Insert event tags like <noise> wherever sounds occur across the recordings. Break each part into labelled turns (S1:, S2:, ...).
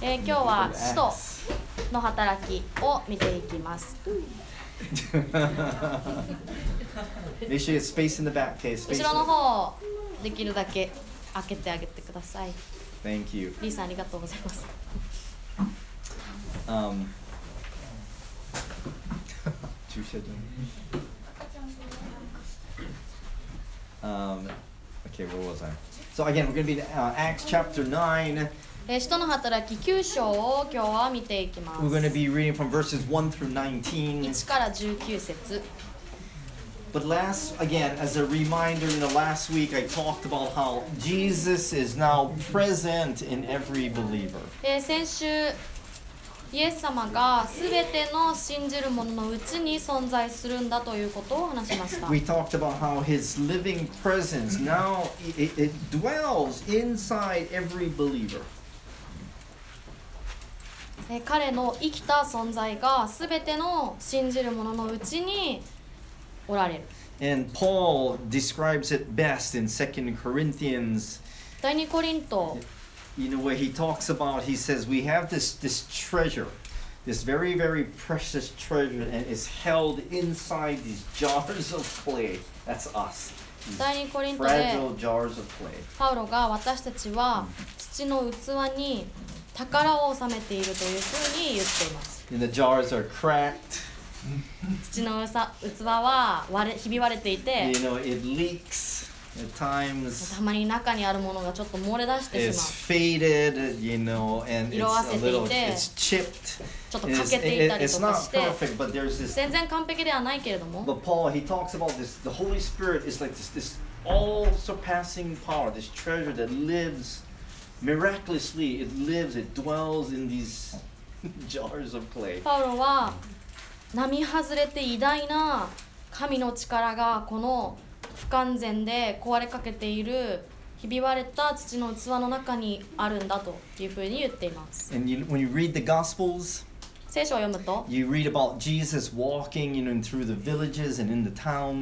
S1: えー今日は使徒の働きを見ていきます。
S2: Make sure you have space in the back, okay?
S1: 後
S2: Space.
S1: ろの方をできるだけ開けてあげてください。
S2: Thank you.
S1: リーさんありがとうございます。 <laughs>
S2: Um, Two said no. um, okay, where was I? So again, we're going to be in uh, Acts chapter 9.
S1: えー、使徒の働き9章を今日は見ていきます。
S2: We're going to be reading from verses 1 through 19.
S1: 1から19節
S2: But last, again, as a reminder, you know, last week I talked about how Jesus is now present in every believer.
S1: えー先週イエス様が全ての信じる者のうちに存在するんだということを話しました。
S2: We talked about how his living presence now i- i- it dwells inside every believer.
S1: えー彼の生きた存在が全ての信じる者のうちにおられる
S2: And Paul describes it best in 2 Corinthians,
S1: 第2コリント
S2: you know, where he talks about, he says, we have this, this treasure, this very, very precious treasure, and it's held inside these <laughs> jars of clay. That's us.
S1: 第2コリントで
S2: Fragile jars of clay.
S1: パウロが私たちは土の器に宝を収めているというふうに言っています
S2: And the jars are cracked,
S1: 土のうさ器は割れひび割れていて
S2: you know, it leaks at times.
S1: たまに中にあるものがちょっと漏れ出してしま
S2: It's faded, you know, and it's
S1: 色褪せて
S2: a
S1: いて
S2: little, it's chipped.
S1: うちょっと
S2: And
S1: 欠
S2: It's,
S1: けてい
S2: it,
S1: たりと
S2: it's
S1: か
S2: not
S1: して
S2: perfect, but there's this.
S1: 全然完璧ではないけれども
S2: But Paul, he talks about this. The Holy Spirit is like this, this all-surpassing power, this treasure that lives miraculously. It lives, it dwells in these <laughs> jars of clay.
S1: パウロは並外れて偉大な神の力がこの不完全で壊れかけているひび割れた土の器の中にあるんだというふうに言っています
S2: And you, when you read the Gospels,
S1: 聖書を読むと
S2: you read about Jesus walking, you know, and through the villages and in the
S1: イエ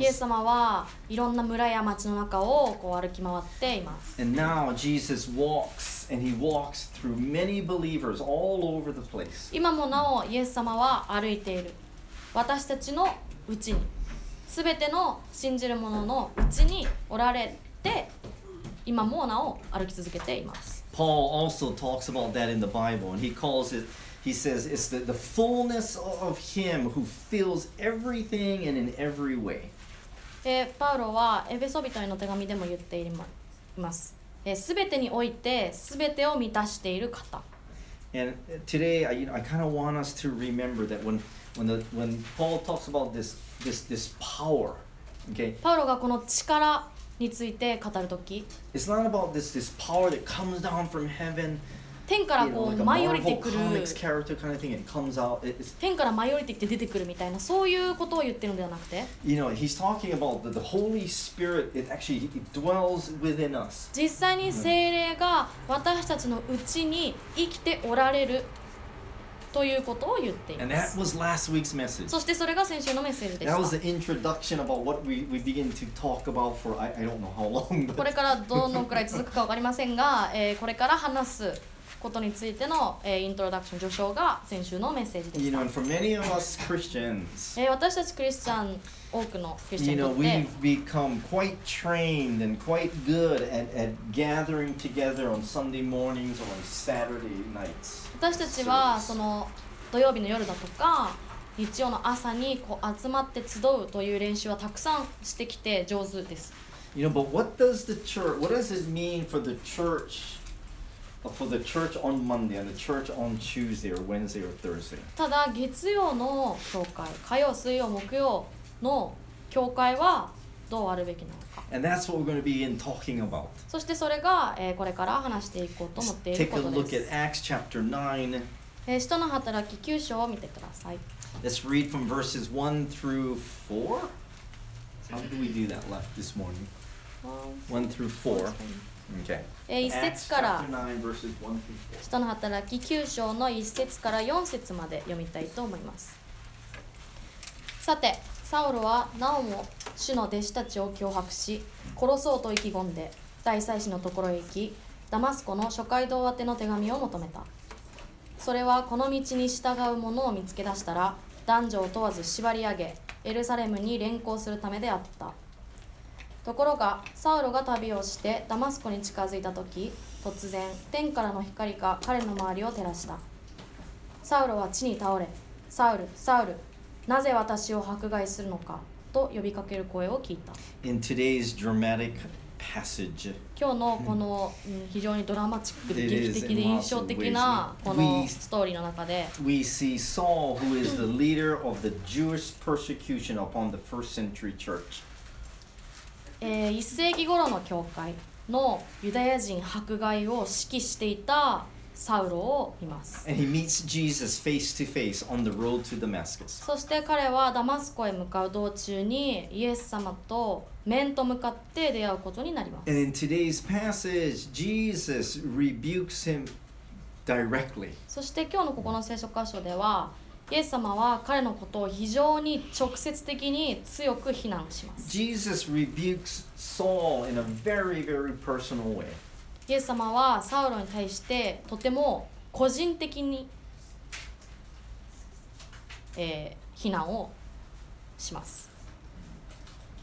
S2: towns.
S1: ス様はいろんな村や町の中をこう歩き回っています
S2: And now Jesus walks, and he walks through many believers all over the place.
S1: 今もなおイエス様は歩いている私たちのうちに全ての信じる者のうちにおられて今もなお歩き続けています
S2: Paul also talks about that in the Bible, and he calls it, he says, it's the, the fullness of him who fills everything and in every way.
S1: えーパウロはエベソ人への手紙でも言っています。すべてにおいてすべてを満たしている方。
S2: And today, I, you know, I kind of want us to remember that when, when, the, when Paul talks about this, this, this power, okay,
S1: パウロがこの力について語るとき、
S2: it's not about this, this power that comes down from heaven,
S1: 天から
S2: you know,
S1: こ
S2: like
S1: う
S2: a
S1: 舞い降りて
S2: Marvel
S1: くる、
S2: comics character kind of thing. It comes out, it- it's,
S1: 天から舞い降りてきて出てくるみたいな、そういうことを言ってるのではなくて、
S2: You know, he's talking about that the Holy Spirit, it actually it dwells within us.
S1: 実際に精霊が私たちのうちに生きておられるということを言ってい
S2: And
S1: ま
S2: that
S1: す。
S2: was last week's message.
S1: そしてそれが先週のメッセージで
S2: That was
S1: した
S2: the。introduction about what we, we begin to talk about for I, I don't know how <laughs> long,
S1: これ
S2: but
S1: からどのくらい続くか分かりませんが、 <laughs> えーこれから話すことについての、えーイントロダクション序章が先週のメッセージでし
S2: you know,
S1: た、
S2: and for many of us Christians,
S1: えー私たちクリスチャン多くのクリスチャ
S2: you
S1: ンにと
S2: know,
S1: って、
S2: we've become quite trained and quite good at, at gathering together on Sunday mornings or on Saturday nights.
S1: 私たちはその土曜日の夜だとか日曜の朝にこう集まって集うという練習はたくさんしてきて上手です
S2: You know, but what does the church? What does it mean for the church? uh, For the church on Monday and the church on Tuesday or Wednesday or Thursday.
S1: ただ月曜の教会火曜水曜木曜の教会はどうあるべきなのか
S2: And that's what we're going to be in talking about.
S1: そしてそれが、えーこれから話していこうと思
S2: Let's
S1: っている
S2: take a
S1: こと
S2: look
S1: で
S2: at
S1: す。
S2: Acts chapter 9.
S1: えー、使徒の働き9章を見てください。
S2: Let's read from verses 1 through 4. How did we do that left this morning? 1 through 4. Okay.
S1: えー、一
S2: Acts
S1: 節から
S2: chapter 9, verses 1 through 4.
S1: 使徒の働き9章の1節から4節まで読みたいと思いますさてサオルはなおも主の弟子たちを脅迫し殺そうと意気込んで大祭司のところへ行きダマスコの諸街道宛ての手紙を求めたそれはこの道に従う者を見つけ出したら男女を問わず縛り上げエルサレムに連行するためであったところがサウロが旅をしてダマスコに近づいた時突然天からの光が彼の周りを照らしたサウロは地に倒れ「サウルサウルなぜ私を迫害するのか」と呼びかける声を聞いた
S2: In today's dramatic passage,
S1: 今日のこの、うん非常にドラマチックで
S2: It is
S1: 劇的で
S2: in lots of
S1: 印象的な
S2: ways.
S1: こ
S2: We-
S1: のストーリーの中で
S2: we see Saul, who is the leader of the Jewish persecution upon the first century church.
S1: えー、1世紀頃の教会のユダヤ人迫害を指揮していたサウロを見ます
S2: And he meets Jesus face to face on the road to Damascus.
S1: そして彼はダマスコへ向かう道中にイエス様と面と向かって出会うことになります
S2: And in today's passage, Jesus rebukes him directly.
S1: そして今日のここの聖書箇所ではイエス様は彼のことを非常に直接的に強く非難します
S2: Jesus rebukes Saul in a very, very personal way.
S1: イエス様はサウロに対してとても個人的に、えー、非難をします。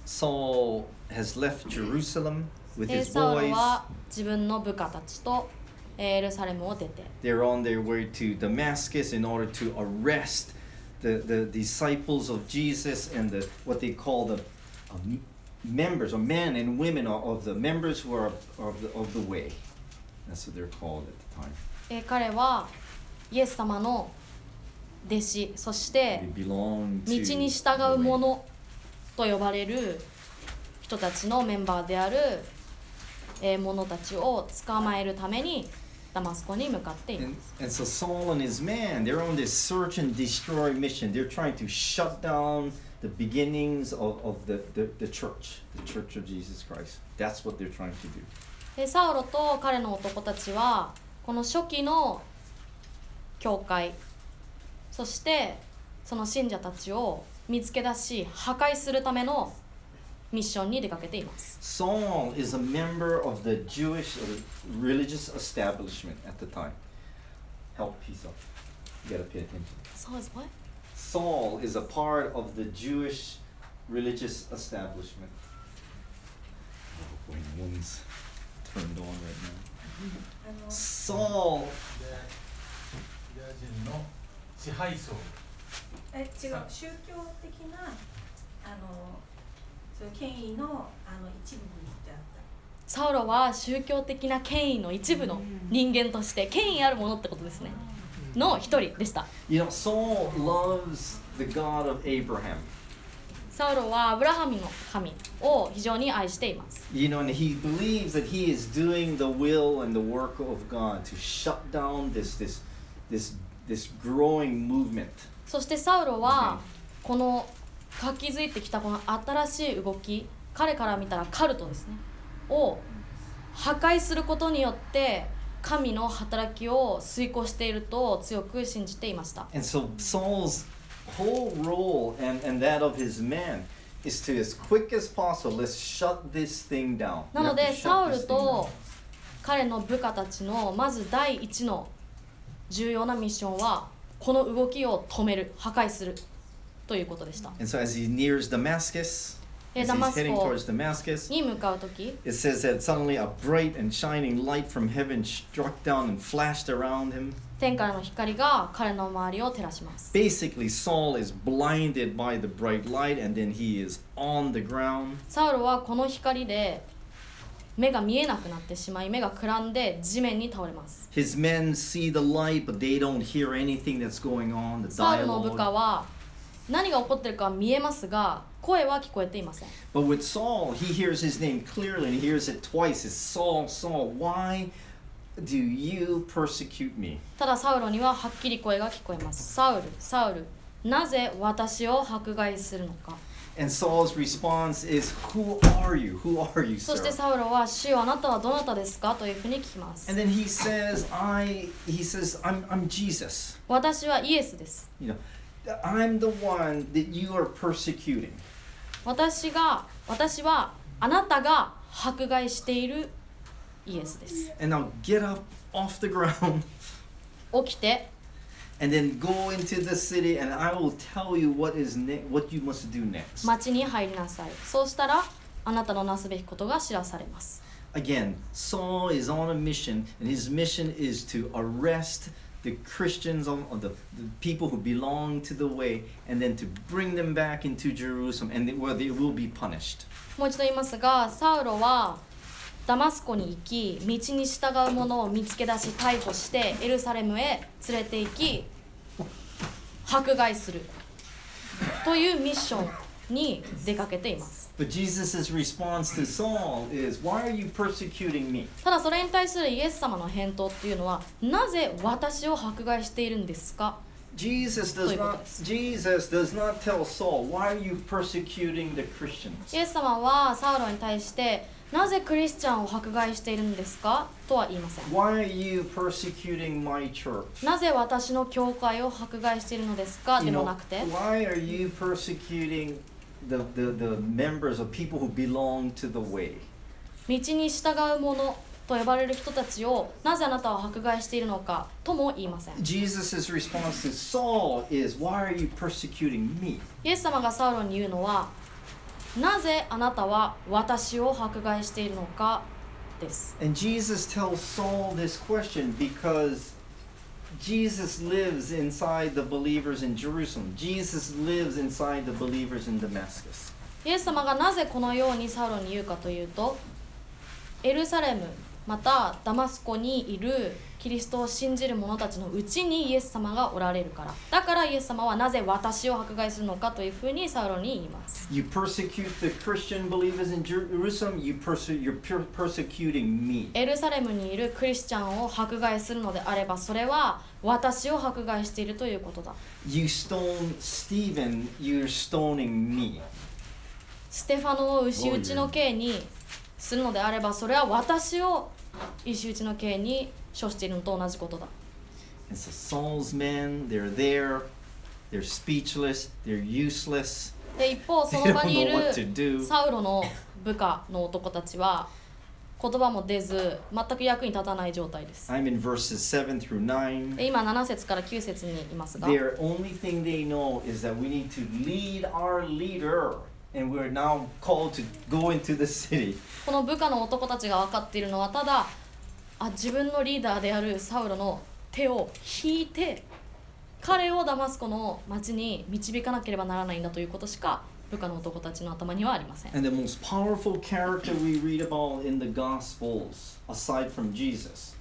S2: Saul has left Jerusalem with
S1: で
S2: his
S1: サウロ
S2: boys.
S1: は自分の部下たちとえーエルサレムを出て
S2: They're on their way to Damascus in order to arrest the, the disciples of Jesus and the what they call the um, members or men and women of- of the members who are of the, of the way. That's what they're called at the time.
S1: えー彼はイエス様の弟子そして
S2: They belong
S1: 道
S2: to
S1: に
S2: the
S1: 従う
S2: way.
S1: 者と呼ばれる人たちのメンバーである、えー者たちを捕まえるためにダマスコに向かっています
S2: And, and so Saul and his man, they're on this search and destroy mission. They're trying to shut down the beginnings of, of the, the, the church, the church of Jesus Christ. That's what they're trying to do.
S1: でサウロと彼の男たちはこの初期の教会そしてその信者たちを見つけ出し破壊するためのミッションに出かけています
S2: Saul is a member of the Jewish uh, religious establishment at the time. Help, peace up. You gotta pay attention.
S1: Saul is what?
S2: Saul is a part of the Jewish religious establishment. Oh, boy, the one's turned on right now. Saul
S3: ユダヤ人の支配層
S4: え違う宗教的なあのそういう権威のあの一部であった
S1: サウロは宗教的な権威の一部の人間として権威あるものってことですねの一人でした
S2: You know, Saul loves the God of Abraham.
S1: サウロはアブラハムの神を非常に愛しています
S2: You know, and he believes that he is doing the will and the work of God to shut down this this this this growing movement.
S1: そしてサウロはこの活気づいてきたこの新しい動き彼から見たらカルトですねを破壊することによって神の働きを遂行していると強く信じていました
S2: And so Saul's whole role and, and that of his men is to as quick as possible, let's shut this thing down.
S1: な
S2: We
S1: の
S2: have
S1: で
S2: to
S1: サ
S2: shut
S1: ウ
S2: this
S1: ル
S2: thing
S1: と
S2: down.
S1: 彼の部下たちのまず第一の重要なミッションはこの動きを止める破壊するということでした
S2: And so as he nears Damascus,
S1: で
S2: as
S1: ダマ
S2: he's
S1: ス
S2: heading
S1: コ
S2: towards Damascus,
S1: に向かう時
S2: it says that suddenly a bright and shining light from heaven struck down and flashed around him.
S1: 天からの光が彼の周りを照らします
S2: Basically, Saul is blinded by the bright light and then he is on the ground.
S1: サウロはこの光で目が見えなくなってしまい目がくらんで地面に倒れます
S2: His men see the light, but they don't hear anything that's going on. The
S1: サウロの部
S2: dialogue.
S1: 下は何が起こってるかは見えますが声は聞こえていません
S2: But with Saul, he hears his name clearly and he hears it twice. It's Saul, Saul, why do you persecute me?
S1: ただサウロにははっきり声が聞こえますサウルサウルなぜ私を迫害するのか
S2: And Saul's response is, Who are you? Who are you,
S1: そして
S2: sir?
S1: サウロは「主よあなたはどなたですか?」というふうに聞きます
S2: And then he says, I he says, I'm I'm Jesus.
S1: 私はイエスです
S2: You know, I'm the one that you are persecuting.
S1: 私が私はあなたが迫害しているイエスです
S2: <laughs> And now get up off the ground
S1: 起きて
S2: and then go into the city, and I will tell you what is ne- what you must do next.
S1: 町に入りなさいそうしたらあなたのなすべきことが知らされます
S2: Again, Saul is on a mission, and his mission is to arrest the Christians, on, on the, the people who belong to the way, and then to bring them back into Jerusalem, and they, where they will be punished.
S1: もう一度言いますがサウロはダマスコに行き道に従う者を見つけ出し逮捕してエルサレムへ連れて行き迫害するというミッションに出かけています
S2: But Jesus' response to Saul is, Why are you persecuting me?
S1: ただそれに対するイエス様の返答っていうのはなぜ私を迫害しているんですか
S2: Jesus does not Jesus does not tell Saul, why are you persecuting the Christians?
S1: イエス様はサウロに対してなぜクリスチャンを迫害しているんですかとは言いません
S2: Why are you persecuting my church?
S1: なぜ私の教会を迫害しているのですか
S2: You
S1: で
S2: know,
S1: もなくて
S2: why are you persecuting the, the, the members of people who belong to the way?
S1: 道に従う者と呼ばれる人たちをなぜあなたは迫害しているのかとも言いません
S2: Jesus' response to Saul is, Why are you persecuting me?
S1: イエス様がサウロに言うのはなぜあなたは私を迫害しているのかです
S2: And Jesus tells Saul this question because Jesus lives inside the believers in Jerusalem. Jesus lives inside the believers in Damascus.
S1: イエス様がなぜこのようにサウロに言うかというとエルサレムまたダマスコにいるキリストを信じる者たちのうちにイエス様がおられるからだからイエス様はなぜ私を迫害するのかというふうにサウロに言います
S2: You persecute the Christian believers in Jerusalem, you perse- you're per- persecuting me.
S1: エルサレムにいるクリスチャンを迫害するのであればそれは私を迫害しているということだ
S2: You stone Stephen, you're stoning me.
S1: ステファノを牛打ちの刑にするのであればそれは私を石打ちの刑に処しているのと同じことだ
S2: And so Saul's men, they're there, they're speechless, they're useless, <laughs>
S1: で一方そ
S2: they
S1: の場にいる
S2: don't know what to do.
S1: サウロの部下の男たちは言葉も出ず全く役に立たない状態です。
S2: I'm in verses 7 through 9.
S1: で今7節から9節にいますが
S2: Their only thing they know is that we need to lead our leader, and we're now called to go into the city.
S1: この部下の男たちが分かっているのはただあ自分のリーダーであるサウロの手を引いて彼をダマスコの町に導かなければならないんだということしか部下の男たちの頭にはありません。
S2: And the most powerful character we read about in the Gospels, aside from Jesus,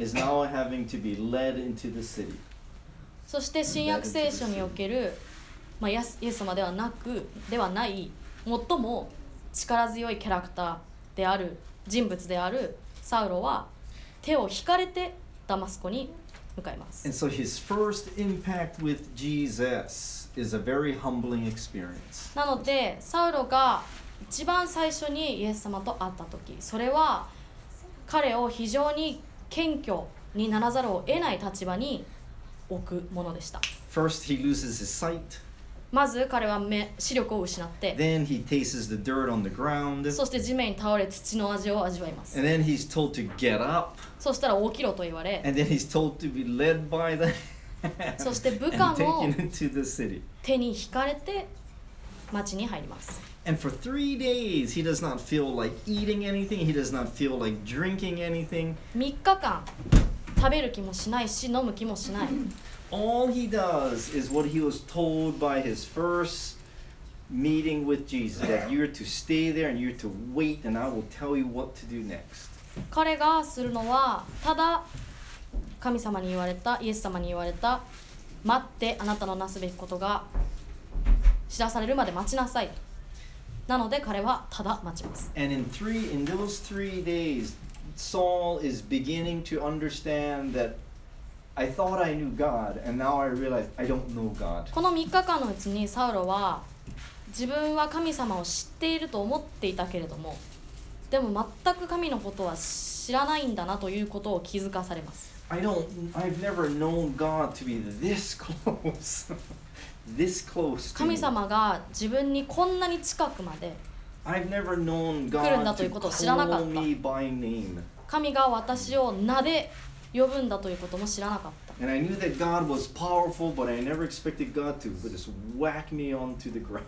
S2: is now having to be led into the city.
S1: そして新約聖書における、まあ、イエスイエス様ではなくではない最も力強いキャラクターである人物であるサウロは手を引かれてダマスコに向かいます
S2: And so his first impact with Jesus is a very humbling experience.
S1: なのでサウロが一番最初にイエス様と会った時それは彼を非常に謙虚にならざるを得ない立場に置くものでした
S2: First, he loses his sight,
S1: まず彼は目視力を失って、
S2: then, he tastes the dirt on the ground,
S1: そして地面に倒れ土の味を味わいます
S2: and then, he's told to get up.
S1: そしたら起きろと言われ
S2: And then he's told to be led by the hand
S1: そして部下
S2: and
S1: も
S2: taken into the city.
S1: 手に引かれて町に入ります
S2: And for three days, he does not feel like eating anything. He does not feel like drinking anything.
S1: 3日間食べる気もしないし飲む気もしない
S2: All he does is what he was told by his first meeting with Jesus that you're to stay there and you're to wait, and I will tell you what to do next.
S1: 彼がするのはただ神様に言われたイエス様に言われた待ってあなたのなすべきことが知らされるまで待ちなさいなので彼はただ待ちます
S2: And in three, in those three days, Saul is beginning to understand that I thought I knew God, and now I realize I don't know God.
S1: この3日間のうちにサウロは自分は神様を知っていると思っていたけれどもでも全く神のことは知らないんだなということを気づかされます
S2: I don't. I've never known God to be this <laughs> close, this close. To
S1: 神
S2: me.
S1: 様が自分にこんなに近くまで
S2: I've never known
S1: 来るんだ
S2: God
S1: という
S2: to
S1: ことを知らなかった
S2: call me by name.
S1: 神が私を名で呼ぶんだということも知らなかった。
S2: And I knew that God was powerful, but I never expected God to but just whack me onto the ground.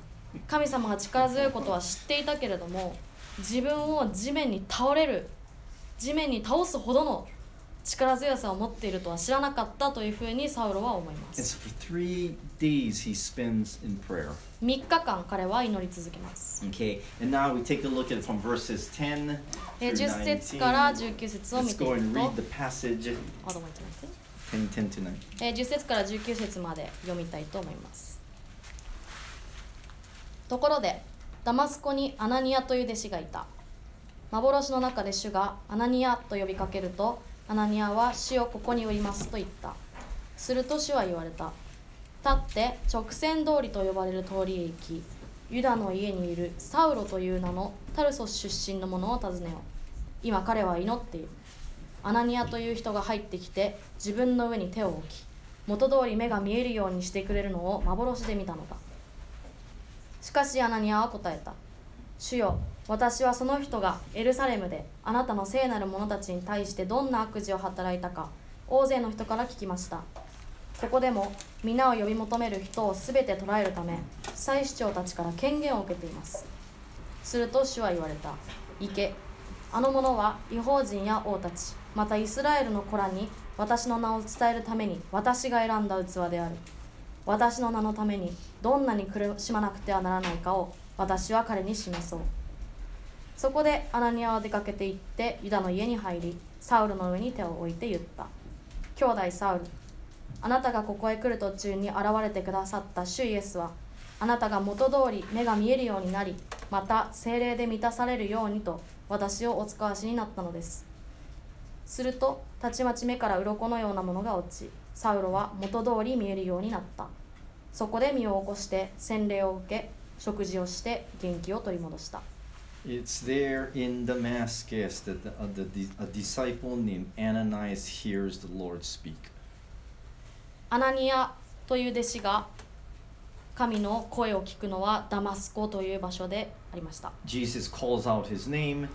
S1: 神様が力強いことは知っていたけれども自分を地面に倒れる地面に倒すほどの力強さを持っているとは知らなかったというふうにサウロは思いま
S2: And
S1: す
S2: so for three days he spends in prayer.
S1: 3日間彼は祈り続けます
S2: Okay, and now we take a look at it from verses 10
S1: で
S2: through
S1: 10節から
S2: 19.
S1: 19節を見て
S2: Let's
S1: いくと
S2: go and read the passage
S1: あどうも言ってなくて
S2: 10, 10 to 9.
S1: えー10節から19節まで読みたいと思いますところでダマスコにアナニアという弟子がいた幻の中で主がアナニアと呼びかけるとアナニアは主をここに売りますと言ったすると主は言われた立って直線通りと呼ばれる通りへ行きユダの家にいるサウロという名のタルソス出身の者を訪ねよう今彼は祈っているアナニアという人が入ってきて自分の上に手を置き元通り目が見えるようにしてくれるのを幻で見たのだしかしアナニアは答えた「主よ私はその人がエルサレムであなたの聖なる者たちに対してどんな悪事を働いたか大勢の人から聞きました」ここでも皆を呼び求める人を全て捕らえるため祭司長たちから権限を受けていますすると主は言われた行けあの者は違法人や王たちまたイスラエルの子らに私の名を伝えるために私が選んだ器である私の名のためにどんなに苦しまなくてはならないかを私は彼に示そうそこでアナニアは出かけて行ってユダの家に入りサウルの上に手を置いて言った兄弟サウルあなたがここへ来る途中に現れてくださった主イエスはあなたが元通り目が見えるようになりまた精霊で満たされるようにと私をお使わしになったのですするとたちまち目から鱗のようなものが落ちサウロは元通り見えるようになったそこで身を起こして洗礼を受け食事をして元気を取り戻した
S2: It's there in Damascus that the, uh, the, the, a disciple named Ananias hears the Lord speak.
S1: アナニアという弟子が神の声を聞くのはダマスコという場所でありました
S2: Jesus calls out his name,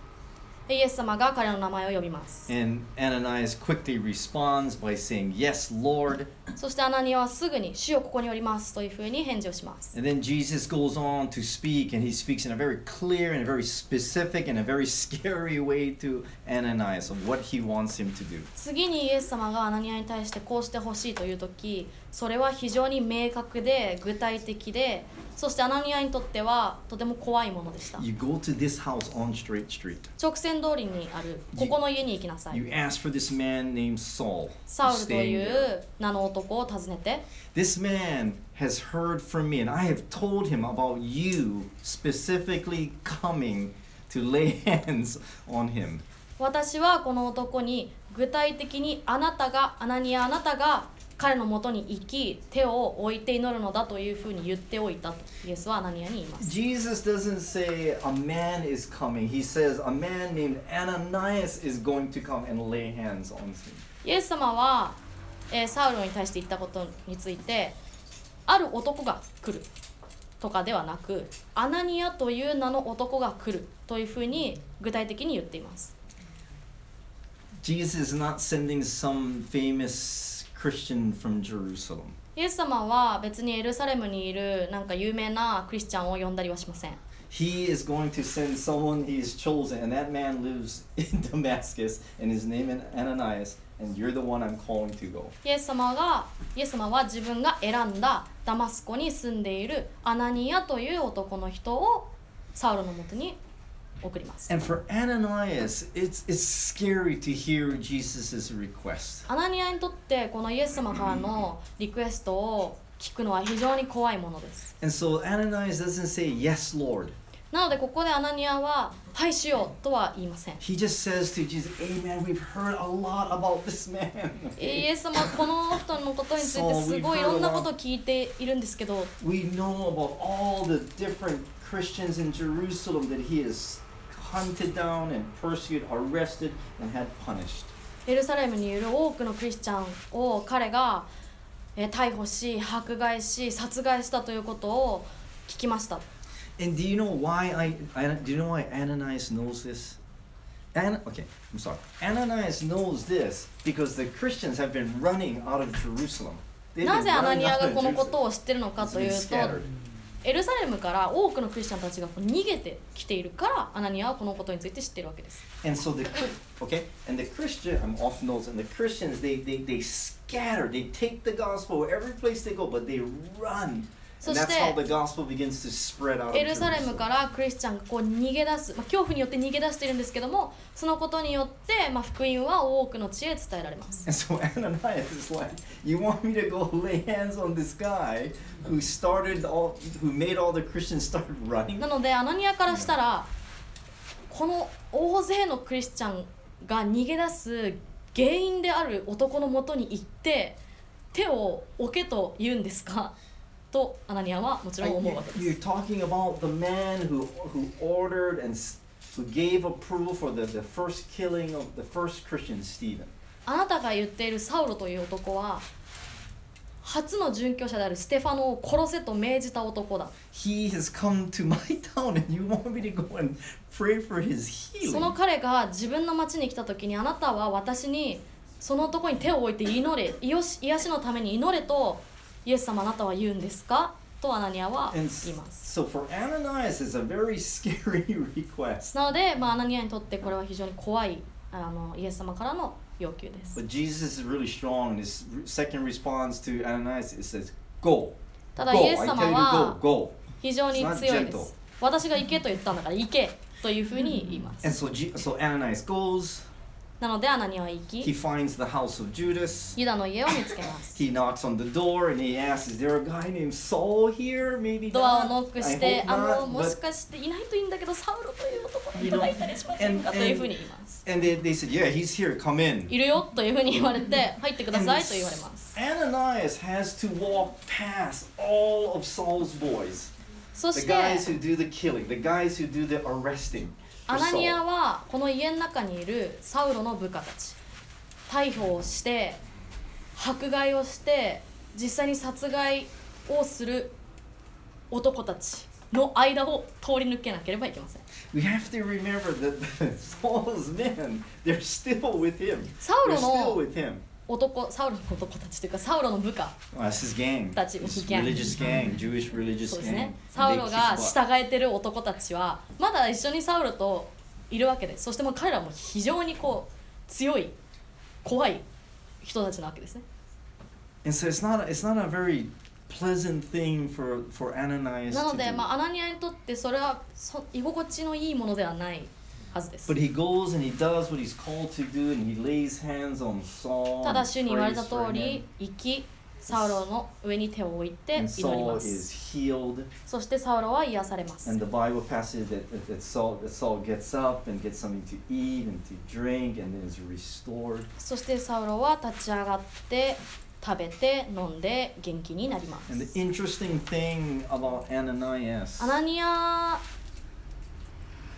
S1: でイエス様が彼の名前を呼びます
S2: and Ananias quickly responds by saying, Yes, Lord.
S1: そしてアナニアはすぐに「主をここにおります」というふうに返事をします
S2: And then Jesus goes on to speak, and he speaks in a very clear and a very specific and a very <laughs> scary way to Ananias of what he wants him to do.
S1: 次にイエス様がアナニアに対してこうしてほしいという時それは非常に明確で具体的でそしてアナニアにとってはとても怖いものでした
S2: You go to this house on Straight Street.
S1: 直線通りにあるここの家に行きなさい
S2: You ask for this man named Saul.
S1: サウルと
S2: staying
S1: い
S2: there.
S1: う名の男を訪ねて
S2: This man has heard from me, and I have told him about you specifically coming to lay <laughs> hands on him.
S1: 私はこの男に具体的にあなたがアナニアあなたが彼のもとに行き手を置いて祈るのだというふうに言っておいたとイエスはアナニアに言います
S2: Jesus doesn't say a man is coming, he says a man named Ananias is going to come and lay hands on him.
S1: イエス様は、えーサウロに対して言ったことについてある男が来るとかではなくアナニアという名の男が来るというふうに具体的に言っています
S2: Jesus is not sending some famous Christian from Jerusalem.
S1: イエス様は別にエルサレムにいるなんか有名なクリスチャンを呼んだりはしません
S2: He is going to send someone he has chosen, and that man lives <laughs> in Damascus, and his name is Ananias, and you're the one I'm calling to go.
S1: イエス様がイエス様は自分が選んだダマスコに住んでいるアナニアという男の人をサウロのもとに送ります
S2: And for Ananias, it's it's scary to hear Jesus' request.
S1: アナニアにとってこのイエス様からのリクエストを聞くのは非常に怖いものです
S2: And so Ananias doesn't say yes, Lord.
S1: なのでここでアナニアは「はいしよう」とは言いません
S2: He just says to Jesus, Amen, we've heard a lot about this man.
S1: イエス様はこの人のことについてすごいいろんなことを聞いているんですけど
S2: We know about all the different Christians in Jerusalem that he has hunted down and pursued, arrested, and had punished.
S1: エルサレムにいる多くのクリスチャンを彼がえー逮捕し迫害し殺害したということを聞きました
S2: And do you know why I, I do you know why Ananias knows this? An- okay, I'm sorry. Ananias knows this because the Christians have been running out of Jerusalem. They've
S1: な
S2: been
S1: ぜアナ
S2: running
S1: ニア
S2: out
S1: が
S2: of
S1: このこ
S2: Jerusalem.
S1: とを知ってるのか
S2: It's
S1: とい
S2: been
S1: うと
S2: scattered.
S1: エルサレムから多くのクリスチャンたちがこう逃げてきているからアナニアはこのことについて知ってるわけです
S2: And so the Chri- okay, and the Christian, I'm off notes, and the Christians they they they scatter, they take the gospel every place they go, but they run.
S1: そ
S2: And that's how
S1: して、
S2: the gospel begins to spread out. of
S1: エルサレム
S2: Jerusalem.
S1: からクリスチャンがこう逃げ出す、まあ、恐怖によって逃げ出しているんですけどもそのことによって、まあ、福音は多くの地へ伝えられます
S2: And so <laughs> Ananias is like, "You want me to go <laughs> lay hands on this guy who started all, who made all the Christians start <laughs> running?"
S1: なのでアナニアからしたらこの大勢のクリスチャンが逃げ出す原因である男のもとに行って手を置けと言うんですかとアナニアはもちろん
S2: Like,
S1: 思う
S2: you-
S1: わけです
S2: you're talking about the man who who ordered and s- who gave approval for the, the first killing of the first Christian Stephen.
S1: あなたが言っているサウロという男は初の殉教者であるステファノを殺せと命じた男だ
S2: He has come to <laughs> my town and you want me to go and pray for his
S1: その
S2: healing.
S1: 彼が自分の町に来た時にあなたは私にその男に手を置いて祈れ癒し癒しのために祈れとイエス様あなたは言うんですかとアナニアは言
S2: And
S1: い
S2: s-
S1: ます。
S2: so for Ananias, it's a very <laughs> scary request.
S1: なので、まあ、アナニアにとってこれは非常に怖いあのイエス様からの要求です。
S2: But Jesus is really strong. and His re- second response to Ananias it says, "Go,
S1: た
S2: go.
S1: だイエス
S2: I
S1: 様
S2: tell you to
S1: は
S2: go, go."
S1: 非常に
S2: It's not
S1: 強いで
S2: gentle.
S1: す。私が行けと言ったんだから行けというふうに言いま
S2: And
S1: す。
S2: so, G- so Ananias goes.
S1: なのでアナニアは行
S2: He
S1: き
S2: finds the house of Judas.
S1: ユダの家を見つけます。
S2: He knocks on the door and he asks, "Is there a guy named Saul here? Maybe
S1: ドアを
S2: not.
S1: ノック
S2: I
S1: して、
S2: hope
S1: あの
S2: not."
S1: も
S2: But
S1: しかしていないといいんだけど、サウロという男の人がいたりしませ
S2: You
S1: ん
S2: know,
S1: か
S2: and-
S1: というふうに言います。
S2: and they, they said, "Yeah, he's here. Come in."
S1: いるよというふうに言われて、入ってくだ
S2: And
S1: さいと言われます。
S2: Ananias has to walk past all of Saul's boys,
S1: そ
S2: the
S1: して、
S2: guys who do the killing, the guys who do the arresting.
S1: ア
S2: for
S1: ナ
S2: Saul.
S1: ニアはこの家の中にいるサウロの部下たち、逮捕をして、迫害をして、実際に殺害をする男たちの間を通り抜けなければいけません。
S2: We have to remember that <laughs> Saul's men, they're still with him.
S1: サウ
S2: They're
S1: ロ
S2: still
S1: の
S2: with him.
S1: 男、サウロの男たちというか、サウロの部下。
S2: Well, that's his gang.
S1: That's
S2: This
S1: his gang. Mm-hmm.
S2: religious gang, Jewish religious
S1: そうです
S2: gang.
S1: ね
S2: And
S1: サウ
S2: they
S1: ロ
S2: kick
S1: が
S2: butt.
S1: 従えてる男たちはまだ一緒にサウロといるわけですそしてもう彼らも非常にこう強い怖い人たちなわけですね
S2: And so it's not a, it's not a very pleasant thing for for Ananias
S1: なの
S2: to
S1: で、
S2: do.
S1: まあ、アナニアにとってそれはそ居心地のいいものではないはずです
S2: But he goes and he does what he's called to do, and he lays hands on Saul.
S1: た
S2: and
S1: だ主に言われ
S2: prays
S1: た
S2: for
S1: 通
S2: him.
S1: り行きサウロの上に手を置いて
S2: And
S1: 祈り
S2: Saul
S1: ま
S2: is
S1: す
S2: healed,
S1: そしてサウロは癒されます
S2: and the Bible passage that, that, that, Saul, that Saul gets up and gets something to eat and to drink and then is restored.
S1: そしてサウロは立ち上がって食べて飲んで元気になりま
S2: And
S1: す
S2: the interesting thing about Ananias,
S1: アナニア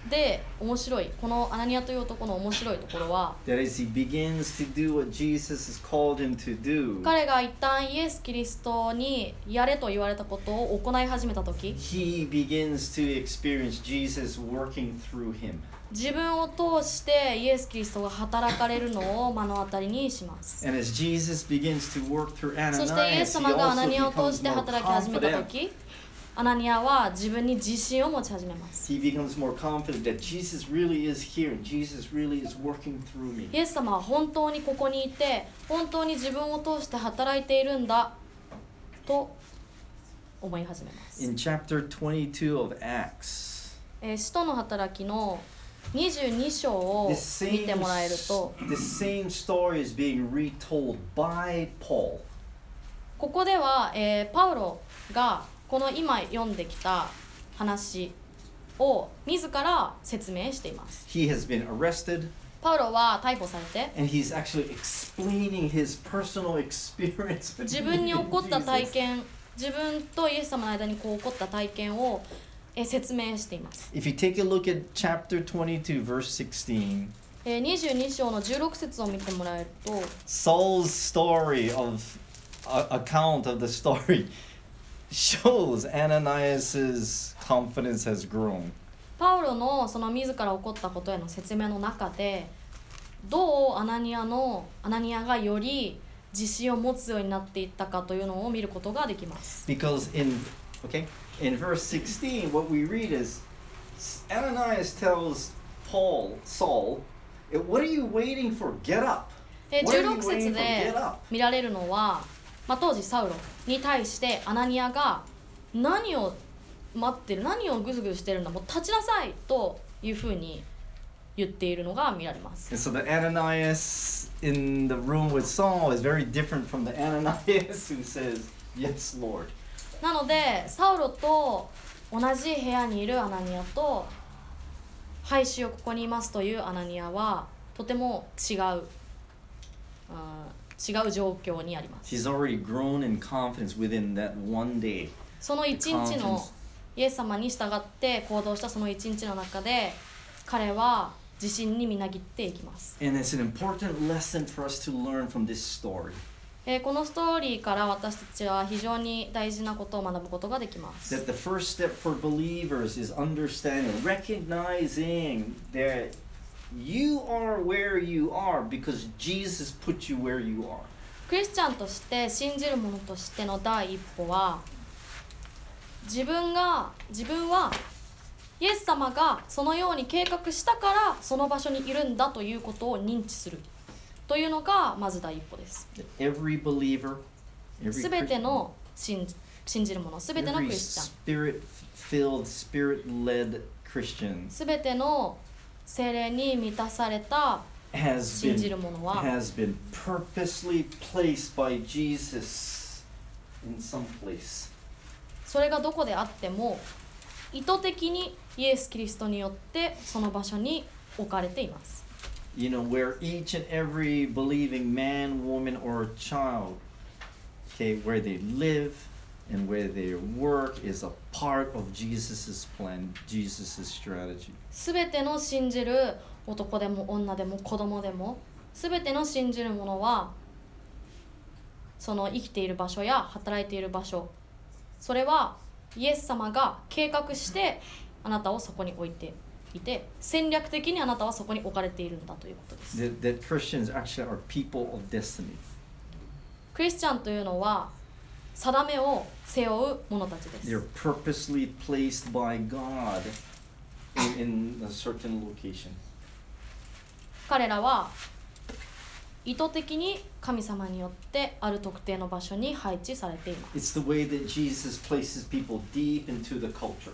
S1: で面白いこのアナニアという男の面白いところは
S2: that is, he begins to do what Jesus has called him to do.
S1: 彼が一旦イエス・キリストにやれと言われたことを行い始めた時
S2: He begins to experience Jesus working through him.
S1: 自分を通してイエス・キリストが働かれるのを目の当たりにします
S2: And as Jesus begins to work through
S1: そしてイエ
S2: Ananias,
S1: ス
S2: he
S1: 様がアナニアを
S2: also
S1: 通し
S2: becomes
S1: て
S2: more
S1: 働き始めた
S2: confident.
S1: 時アナニアは自分に自信を持ち始めます
S2: He becomes more confident that Jesus really is here. Jesus really is working through me.
S1: イエス様は本当にここにいて本当に自分を通して働いているんだと思い始めます
S2: In chapter 22 of Acts,
S1: えー、使徒の働きの22章を
S2: this
S1: 見
S2: same,
S1: てもらえる
S2: s-
S1: と
S2: this same story is being retold by Paul.
S1: ここでは、えーパウロがこの今読んできた話を自ら説明しています
S2: He has been arrested
S1: パウロは逮捕されて
S2: and he's actually explaining his personal <laughs> experience. with
S1: 自分に起こった体
S2: Jesus.
S1: 験自分とイエス様の間にこう起こった体験を、えー説明しています、
S2: If you take a look at chapter 22, verse 16,
S1: えー22章の16節を見てもらえると
S2: Saul's story of uh, account of the <laughs> story shows Ananias's confidence has grown.
S1: パパウロのその自ら起こったことへの説明の中でどうアナニアのアナニアがより自信を持つようになっていったかというのを見ることができます。
S2: Because in okay, in verse 16, what we read is Ananias tells Paul, Saul, "Eh, "What are you waiting for? Get up."
S1: で
S2: What are you
S1: 16節
S2: waiting for?
S1: で
S2: Get up.
S1: 見られるのは、まあ、当時サウロに対してアナニアが何を待ってる何をグズグズしてるんだもう立ちなさいというふうに言っているのが見られます。
S2: And so the Ananias in the room with Saul is very different from the <laughs> Ananias who says, "Yes, Lord."
S1: なのでサウロと同じ部屋にいるアナニアと廃止をここにいますというアナニアはとても違う、うん、違う状況にあります
S2: He's already grown in confidence within that one day.
S1: その一日のイエス様に従って行動したその一日の中で彼は自信にみなぎっていきます、
S2: And it's an important lesson for us to learn from this story
S1: えーこのストーリーから私たちは非常に大事なことを学ぶことができます
S2: that the first step for believers is understanding, recognizing that you are where you are because Jesus put you where you are.
S1: クリスチャンとして信じる者としての第一歩は自分が自分はイエス様がそのように計画したからその場所にいるんだということを認知するというのがまず第一歩です。
S2: That every believer, every
S1: すべての信じ信じる者、すべてのク
S2: every
S1: リスチャン、
S2: spirit-filled, spirit-led Christian
S1: すべての精霊に満たされた
S2: has
S1: 信じ
S2: been
S1: る者は
S2: has been purposely placed by Jesus in some place.
S1: それがどこであっても意図的にイエス・キリストによってその場所に置かれています。
S2: You know, where each and every believing man, woman, or child, okay, where they live and where they work is a part of Jesus' plan, Jesus' strategy.
S1: すべての信じる男でも女でも子供でもすべての信じる者はその生きている場所や働いている場所それはイエス様が計画してあなたをそこに置いていて戦略的にあなたはそこに置かれているんだということです
S2: That, that Christians actually are people of destiny.
S1: クリスチャンというのは定めを背負う者たちです
S2: They're purposely placed by God in, in a certain location.
S1: 彼らは意図的に神様によってある特定の場所に配置されています
S2: It's the way that Jesus places people deep into the culture.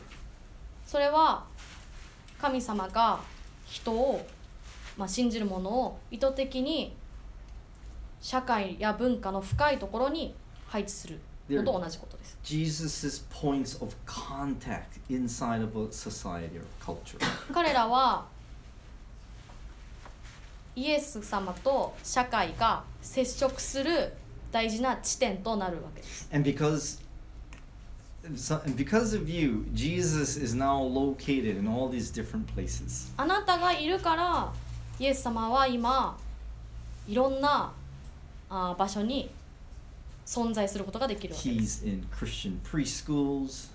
S1: それは神様が人を、まあ、信じる者を意図的に社会や文化の深いところに配置するのと同じことです。
S2: Jesus' points of contact inside of a society or culture.
S1: 彼らはイエス様と社会が接触する大事な地点となるわけです。
S2: and because and so- and because of you, Jesus is now located in all these different places.
S1: あなたがいるからイエス様は今いろんなあー場所に存在することができるわけです。
S2: He's in Christian preschools.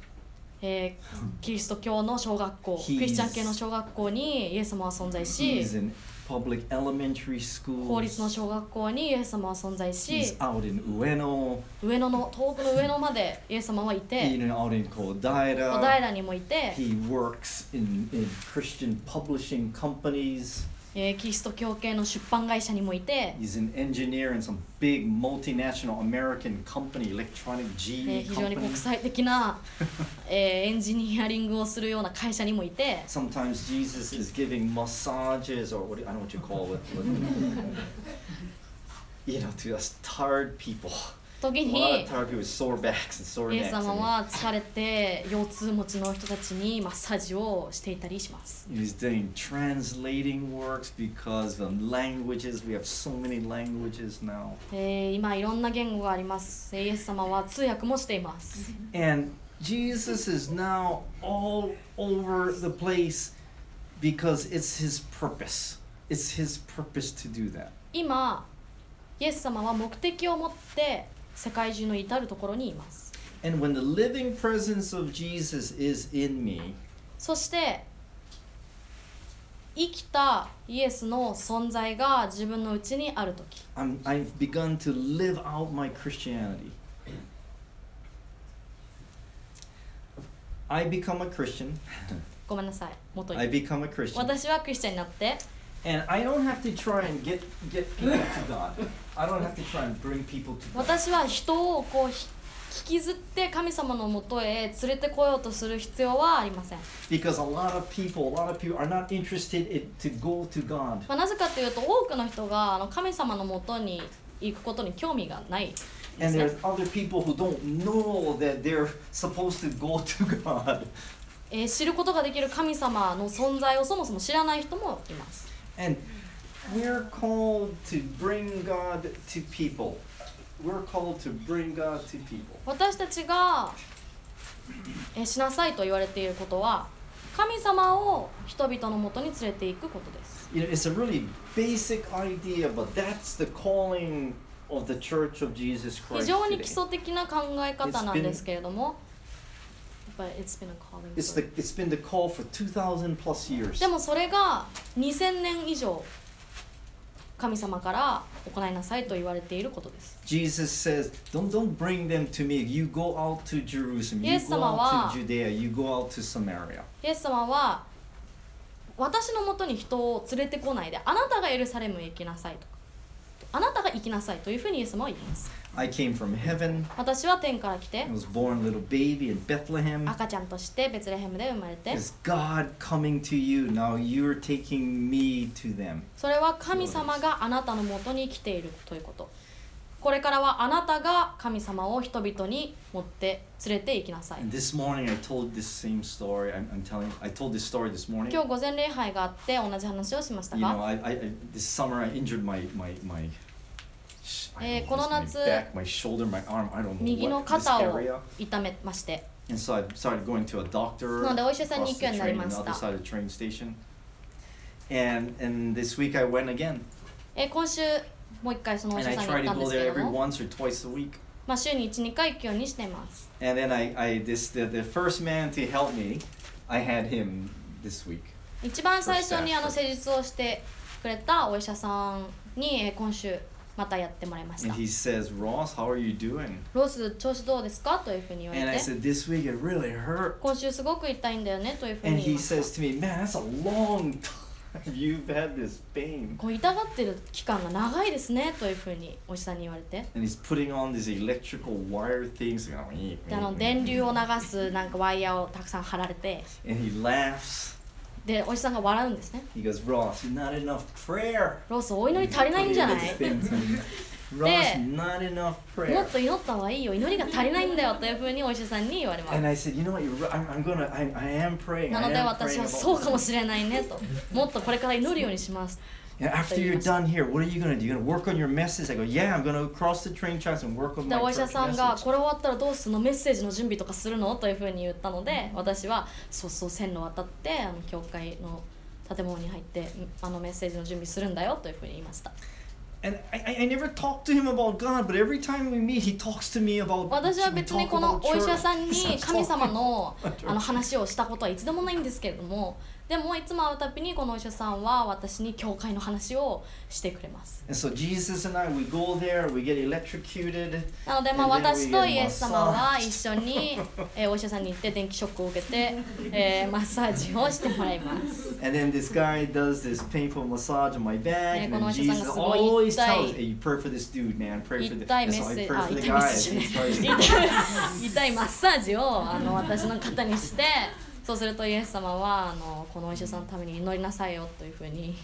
S1: えーキリスト教の小学校
S2: He's-
S1: クリスチャン系の小学校にイエス様は存在し
S2: He's in public elementary
S1: 公立の
S2: schools.
S1: 小学校にイエス様は存在
S2: He's
S1: し
S2: out in Ueno.
S1: 上野の東北の上野までイエス様はいて
S2: He's out in
S1: 小
S2: Kodaira.
S1: 平にもいて、
S2: He works in, in Christian publishing companies.
S1: えーキリスト教系の出版会社にもいて、
S2: He's an engineer in some big multinational American company, electronic
S1: え
S2: GE
S1: ー Eh, 非常に
S2: company.
S1: 国際的
S2: <laughs>
S1: な、eh, えーエンジニアリングをするような会社にもいて
S2: Sometimes Jesus is giving massages, or what do- I don't know what you call it, but <laughs> you know, to us tired people.
S1: 時
S2: A lot
S1: に
S2: of tired people with sore backs and sore
S1: イエス
S2: necks.
S1: 様
S2: And
S1: は疲れて腰痛持ちの人たちにマッサージをしていたりします。
S2: he's doing translating works because the languages. We have so many languages now,
S1: えー今いろんな言語がありますえーイエス様は通訳もしています
S2: and Jesus is now all over the place because it's his purpose. It's his purpose to do that.
S1: 今イエス様は目的を持って世界中の至るところにいます
S2: And when the living presence of Jesus is in me,
S1: そして生きたイエスの存在が自分のうちにある時
S2: I'm, I've begun to live out my Christianity. I become a Christian.
S1: ごめんなさい元に
S2: I become a Christian.
S1: 私はクリスチャンになって
S2: And I don't have to try and get, get people to God. I don't have to try and bring people to God.
S1: 私は人をこうひ引きずって神様のもとへ連れてこようとする必要はありません、
S2: Because a lot of people, a lot of people are not interested in, to go to God.
S1: まあ、なぜかというと多くの人があの神様のもとに行くことに興味がないです
S2: And
S1: ね
S2: there's other people who don't know that they're supposed to go to <laughs> God.
S1: えー知ることができる神様の存在をそもそも知らない人もいます
S2: And we're called to bring God to people. We're called to bring God to people.
S1: 私たちが、えーしなさいと言われていることは神様を人々のもとに連れていくことです
S2: You know, it's a really basic idea, but that's the calling of the Church of Jesus
S1: 非
S2: Christ.
S1: 常に
S2: today.
S1: 基礎的な考え方なんですけれどもやっぱり It's been a calling
S2: It's
S1: for-
S2: the it's been the call for two thousand plus years.
S1: でもそれが2000年以上神様から行いなさいと言われていることです。
S2: Jesus says, "Don't don't bring them to me. You go out to Jerusalem. You
S1: Yes,
S2: go out
S1: Samawa.
S2: to Judea. You go out to Samaria."
S1: イエス様は私のもとに人を連れてこないであなたがエルサレムへ行きなさいとかあなたが行きなさいというふうにイエス様は言います。
S2: I came from heaven.
S1: 私は天から来て
S2: I was born a little baby in Bethlehem.
S1: 赤ちゃんとしてベツレヘムで生まれて
S2: Is God coming to you now? You're taking me to them.
S1: それは神様があなたのもとに来ているということ。これからはあなたが神様を人々に持って連れて行きなさい
S2: And。this morning I told this same story. I'm, I'm telling. I told this story this morning.
S1: 今日午前礼拝があって同じ話をしました
S2: You know,
S1: が、
S2: I, I, I this summer I injured my my my. sh- I
S1: えー、Eh,
S2: don't
S1: この
S2: know, my
S1: 夏
S2: back, my shoulder, my arm. I don't
S1: 右
S2: know
S1: の
S2: what this
S1: 肩を
S2: area.
S1: 痛めまして、
S2: And so I started going to a doctor.
S1: なので、お医者さんに行くように
S2: across the train,
S1: なりました。
S2: on the other side of the train station. And and this week I went again.
S1: えー今週もう一回そのお医
S2: And
S1: 者
S2: I
S1: さんに行
S2: try
S1: っ
S2: to
S1: たんで
S2: go
S1: すけ
S2: there
S1: れど
S2: every
S1: も、
S2: once or twice a week.
S1: まあ、週に1、2回行くようにしています。
S2: And then I, I this the, the first man to help me, I had him this week.
S1: 一番最初にあの
S2: First
S1: 施術をしてくれたお医者さんに、えー今週またやってもらいまし
S2: And
S1: た。
S2: he says, Ross, how are you doing?
S1: ロス調子どうですかというふうに言
S2: And
S1: わ
S2: I
S1: れて、
S2: said, This week it really hurt.
S1: 今週すごく痛いんだよねというふう
S2: And
S1: に言いま
S2: he
S1: し
S2: says
S1: た。
S2: to me, Man, that's a long <laughs> time you've had this pain.
S1: こう痛がってる期間が長いですねというふうにお医者さんに言われて。
S2: And he's putting on these electrical wire things. And, I'm like, "Eh,
S1: であ
S2: eh,
S1: の
S2: eh,
S1: 電
S2: eh."
S1: 流を流すなんかワイヤーをたくさん貼られて
S2: and he laughs.
S1: でおじさんが笑うんですね
S2: He goes, Ross, not enough prayer.
S1: ロースお祈り足りないんじゃない
S2: Put in these things. Ross, not enough
S1: も
S2: prayer.
S1: っと祈った方がいいよ祈りが足りないんだよというふうにお医者さんに言われま
S2: And
S1: す
S2: I said, you know what, you're right. I'm, I'm gonna, I, I am praying.
S1: なの
S2: I
S1: で
S2: am
S1: 私
S2: praying
S1: は
S2: about
S1: そうかも
S2: this.
S1: しれないねともっとこれから祈るようにします
S2: And after you're done here, what are you gonna do? You're gonna work on your message? I go, yeah, I'm gonna cross the train tracks and work on
S1: で
S2: my
S1: お医
S2: church
S1: 者さんが「
S2: message.
S1: これ終わったらどうするのメッセージの準備とかするの?」というふうに言ったので私はそうそう線路渡ってあの教会の建物に入ってあのメッセージの準備するんだよというふうに言いました
S2: And I, I, I never talk to him about God, but every time we meet, he talks to me about.
S1: 私は
S2: we
S1: 別
S2: talk
S1: にこの
S2: about
S1: お医
S2: church.
S1: 者さ
S2: <laughs>
S1: ん
S2: So
S1: に
S2: I'm
S1: 神
S2: talking
S1: 様の
S2: about church.
S1: あの話をしたことは一度もないんですけれどもでもいつも会うたびにこのお医者さんは私に教会の話をしてくれます
S2: And so Jesus and I, we go there, we get electrocuted.
S1: なのでまあ
S2: And then we
S1: 私
S2: get
S1: とイエス様は
S2: massaged.
S1: 一緒
S2: <laughs>
S1: に、えーお医者さんに行って電気ショックを受けて、えーマッサージをしてもらいます
S2: And then this guy does this painful massage on my back,
S1: Yeah,
S2: and
S1: このお医者さんが
S2: then Jesus
S1: すごい
S2: always
S1: 痛い
S2: tells, "Hey, you pray for this dude, man. Pray
S1: 痛
S2: for
S1: い
S2: the." And
S1: メ
S2: so
S1: ッセ
S2: I
S1: ージあ痛い
S2: pray for the
S1: メッ
S2: guy.
S1: セ
S2: and
S1: ージじ <laughs> ゃない
S2: he tries to-
S1: 痛い痛いマッサージをあの私の肩にしてそうするとイエス様はあのこのお医者さんのために祈りなさいよというふうに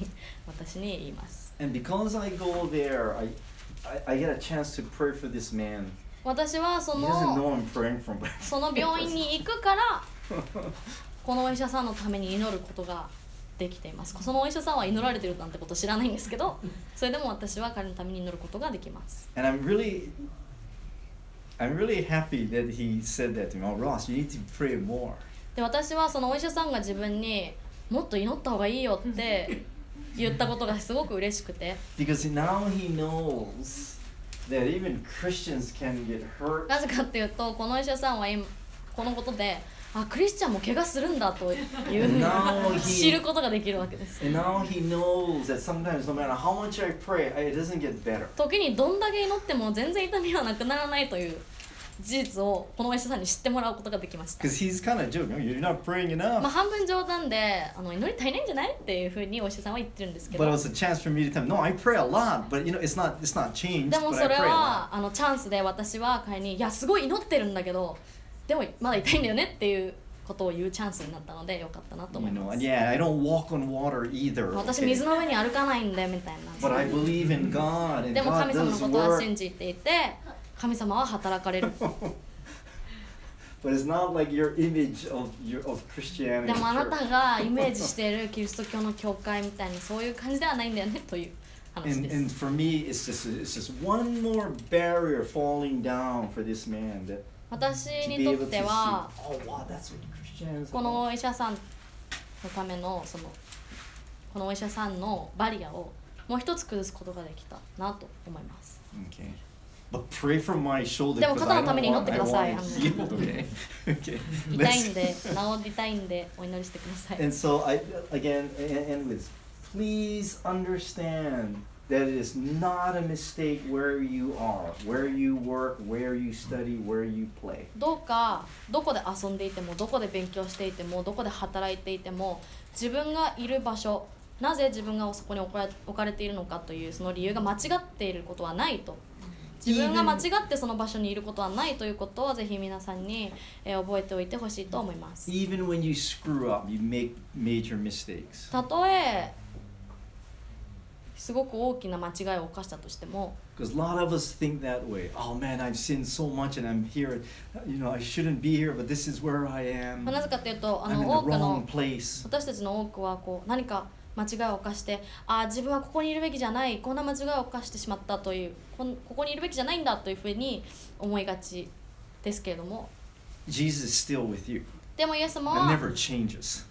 S1: 私に言います
S2: And because I go there, I, I, I get a chance to pray for this man.
S1: 私はそ
S2: He doesn't
S1: の
S2: know I'm praying for him.
S1: その病院
S2: <laughs>
S1: に行くからこのお医者さんのために祈ることができていますそのお医者さんは祈られてるなんてこと知らないんですけどそれでも私は彼のために祈ることができます
S2: And I'm really, I'm really happy that he said that to me. Oh, Ross, you need to pray more.
S1: で私はそのお医者さんが自分にもっと祈った方がいいよって言ったことがすごく嬉しくて
S2: Because now he knows that even Christians can get hurt.
S1: なぜかっていうとこのお医者さんは今このことであクリスチャンも怪我するんだという
S2: now
S1: 知
S2: he
S1: ることができるわけです。
S2: and now he knows that sometimes no matter how much I pray, I, it doesn't get better.
S1: 時にどんだけ祈っても全然痛みはなくならないという事実をこのお医者さんに知ってもらうことができました。
S2: Because he's kind of joking. You're not praying
S1: まあ
S2: enough.
S1: 半分冗談であの祈り足りないんじゃないっていうふうにお医者さんは言ってるんですけ
S2: But
S1: ど
S2: it。was a chance for me to tell him, no, I pray a lot, but you know, it's not, it's not changed.
S1: でも
S2: But
S1: そ
S2: I
S1: れ
S2: pray a lot.
S1: はあのチャンスで私は彼に「いやすごい祈ってるんだけどでもまだ痛いんだよね」っていうことを言うチャンスになったのでよかったなと思
S2: You
S1: い
S2: know,
S1: ま
S2: and
S1: す
S2: yeah, I don't walk on water either.
S1: 私
S2: okay?
S1: 水の上に歩かないんでみたい
S2: But I
S1: な
S2: believe in God and
S1: でも
S2: God
S1: 神様の
S2: does
S1: ことは
S2: work.
S1: 信じていて神様は働かれる
S2: <laughs> But it's not like your image of your of Christianity.
S1: でもあな
S2: church.
S1: たがイメージしているキリスト教の教会みたいにそういう感じではないんだよねという話
S2: And
S1: です
S2: and for me, it's just it's just one more barrier falling down for this man that
S1: 私
S2: to
S1: に
S2: be
S1: と
S2: able
S1: っ
S2: to
S1: て
S2: see.
S1: は
S2: Oh wow, that's what Christianity. is
S1: こ
S2: about.
S1: のお医者さんのためのそのこのお医者さんのバリアをもう一つ崩すことができたなと思い
S2: <laughs>
S1: ます
S2: Okay. But pray for my shoulder.
S1: でも
S2: because
S1: 肩の
S2: I don't
S1: ために
S2: want-
S1: 祈って
S2: I
S1: ください。
S2: want it healed, <laughs> okay? okay.
S1: 痛いん
S2: Let's-
S1: で治りたいんでお祈りしてください
S2: And so I again and, and with please understand that it is not a mistake where you are, where you work, where you study, where you play.
S1: どうかどこで遊んでいてもどこで勉強していてもどこで働いていても自分がいる場所なぜ自分がそこに置かれ置かれているのかというその理由が間違っていることはないと自分が間違ってその場所にいることはないということをぜひ皆さんに、えー覚えておいてほしいと思います
S2: Even when you screw up, you make major mistakes.
S1: たとえすごく大きな間違いを犯したとしても
S2: Because a lot of us think that way. Oh man, I've sinned so much and I'm here. You know, I shouldn't be here, but this is where I am.
S1: まあなぜかというとあ
S2: I'm in
S1: の多
S2: the
S1: く
S2: wrong
S1: の
S2: place.
S1: 私たちの多くはこう何か間違いを犯してああ自分はここにいるべきじゃないこんな間違いを犯してしまったというこんここにいるべきじゃないんだというふうに思いがちですけれども
S2: Jesus is still with you.
S1: でもイエス様
S2: It
S1: は
S2: never changes. <laughs>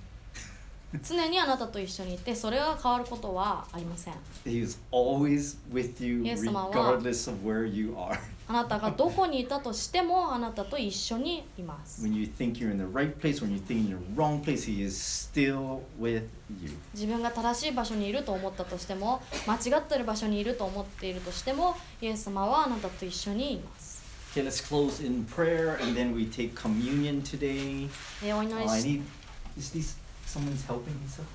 S1: 常にあなたと一緒にいてそれが変わることはありません
S2: He is always with you,
S1: イエス様は
S2: regardless of where you are. <laughs>
S1: あなたがどこにいたとしてもあなたと一緒にいます
S2: When you think you're in the right place, when you think you're in the wrong place, He is still with you.
S1: 自分が正しい場所にいると思ったとしても間違ってる場所にいると思っているとしてもイエス様はあなたと一緒にいます、
S2: Okay, let's close in prayer and then we take communion today.
S1: えーお
S2: Oh,
S1: 祈り
S2: I
S1: し
S2: need. Is this someone's helping me? so-
S1: て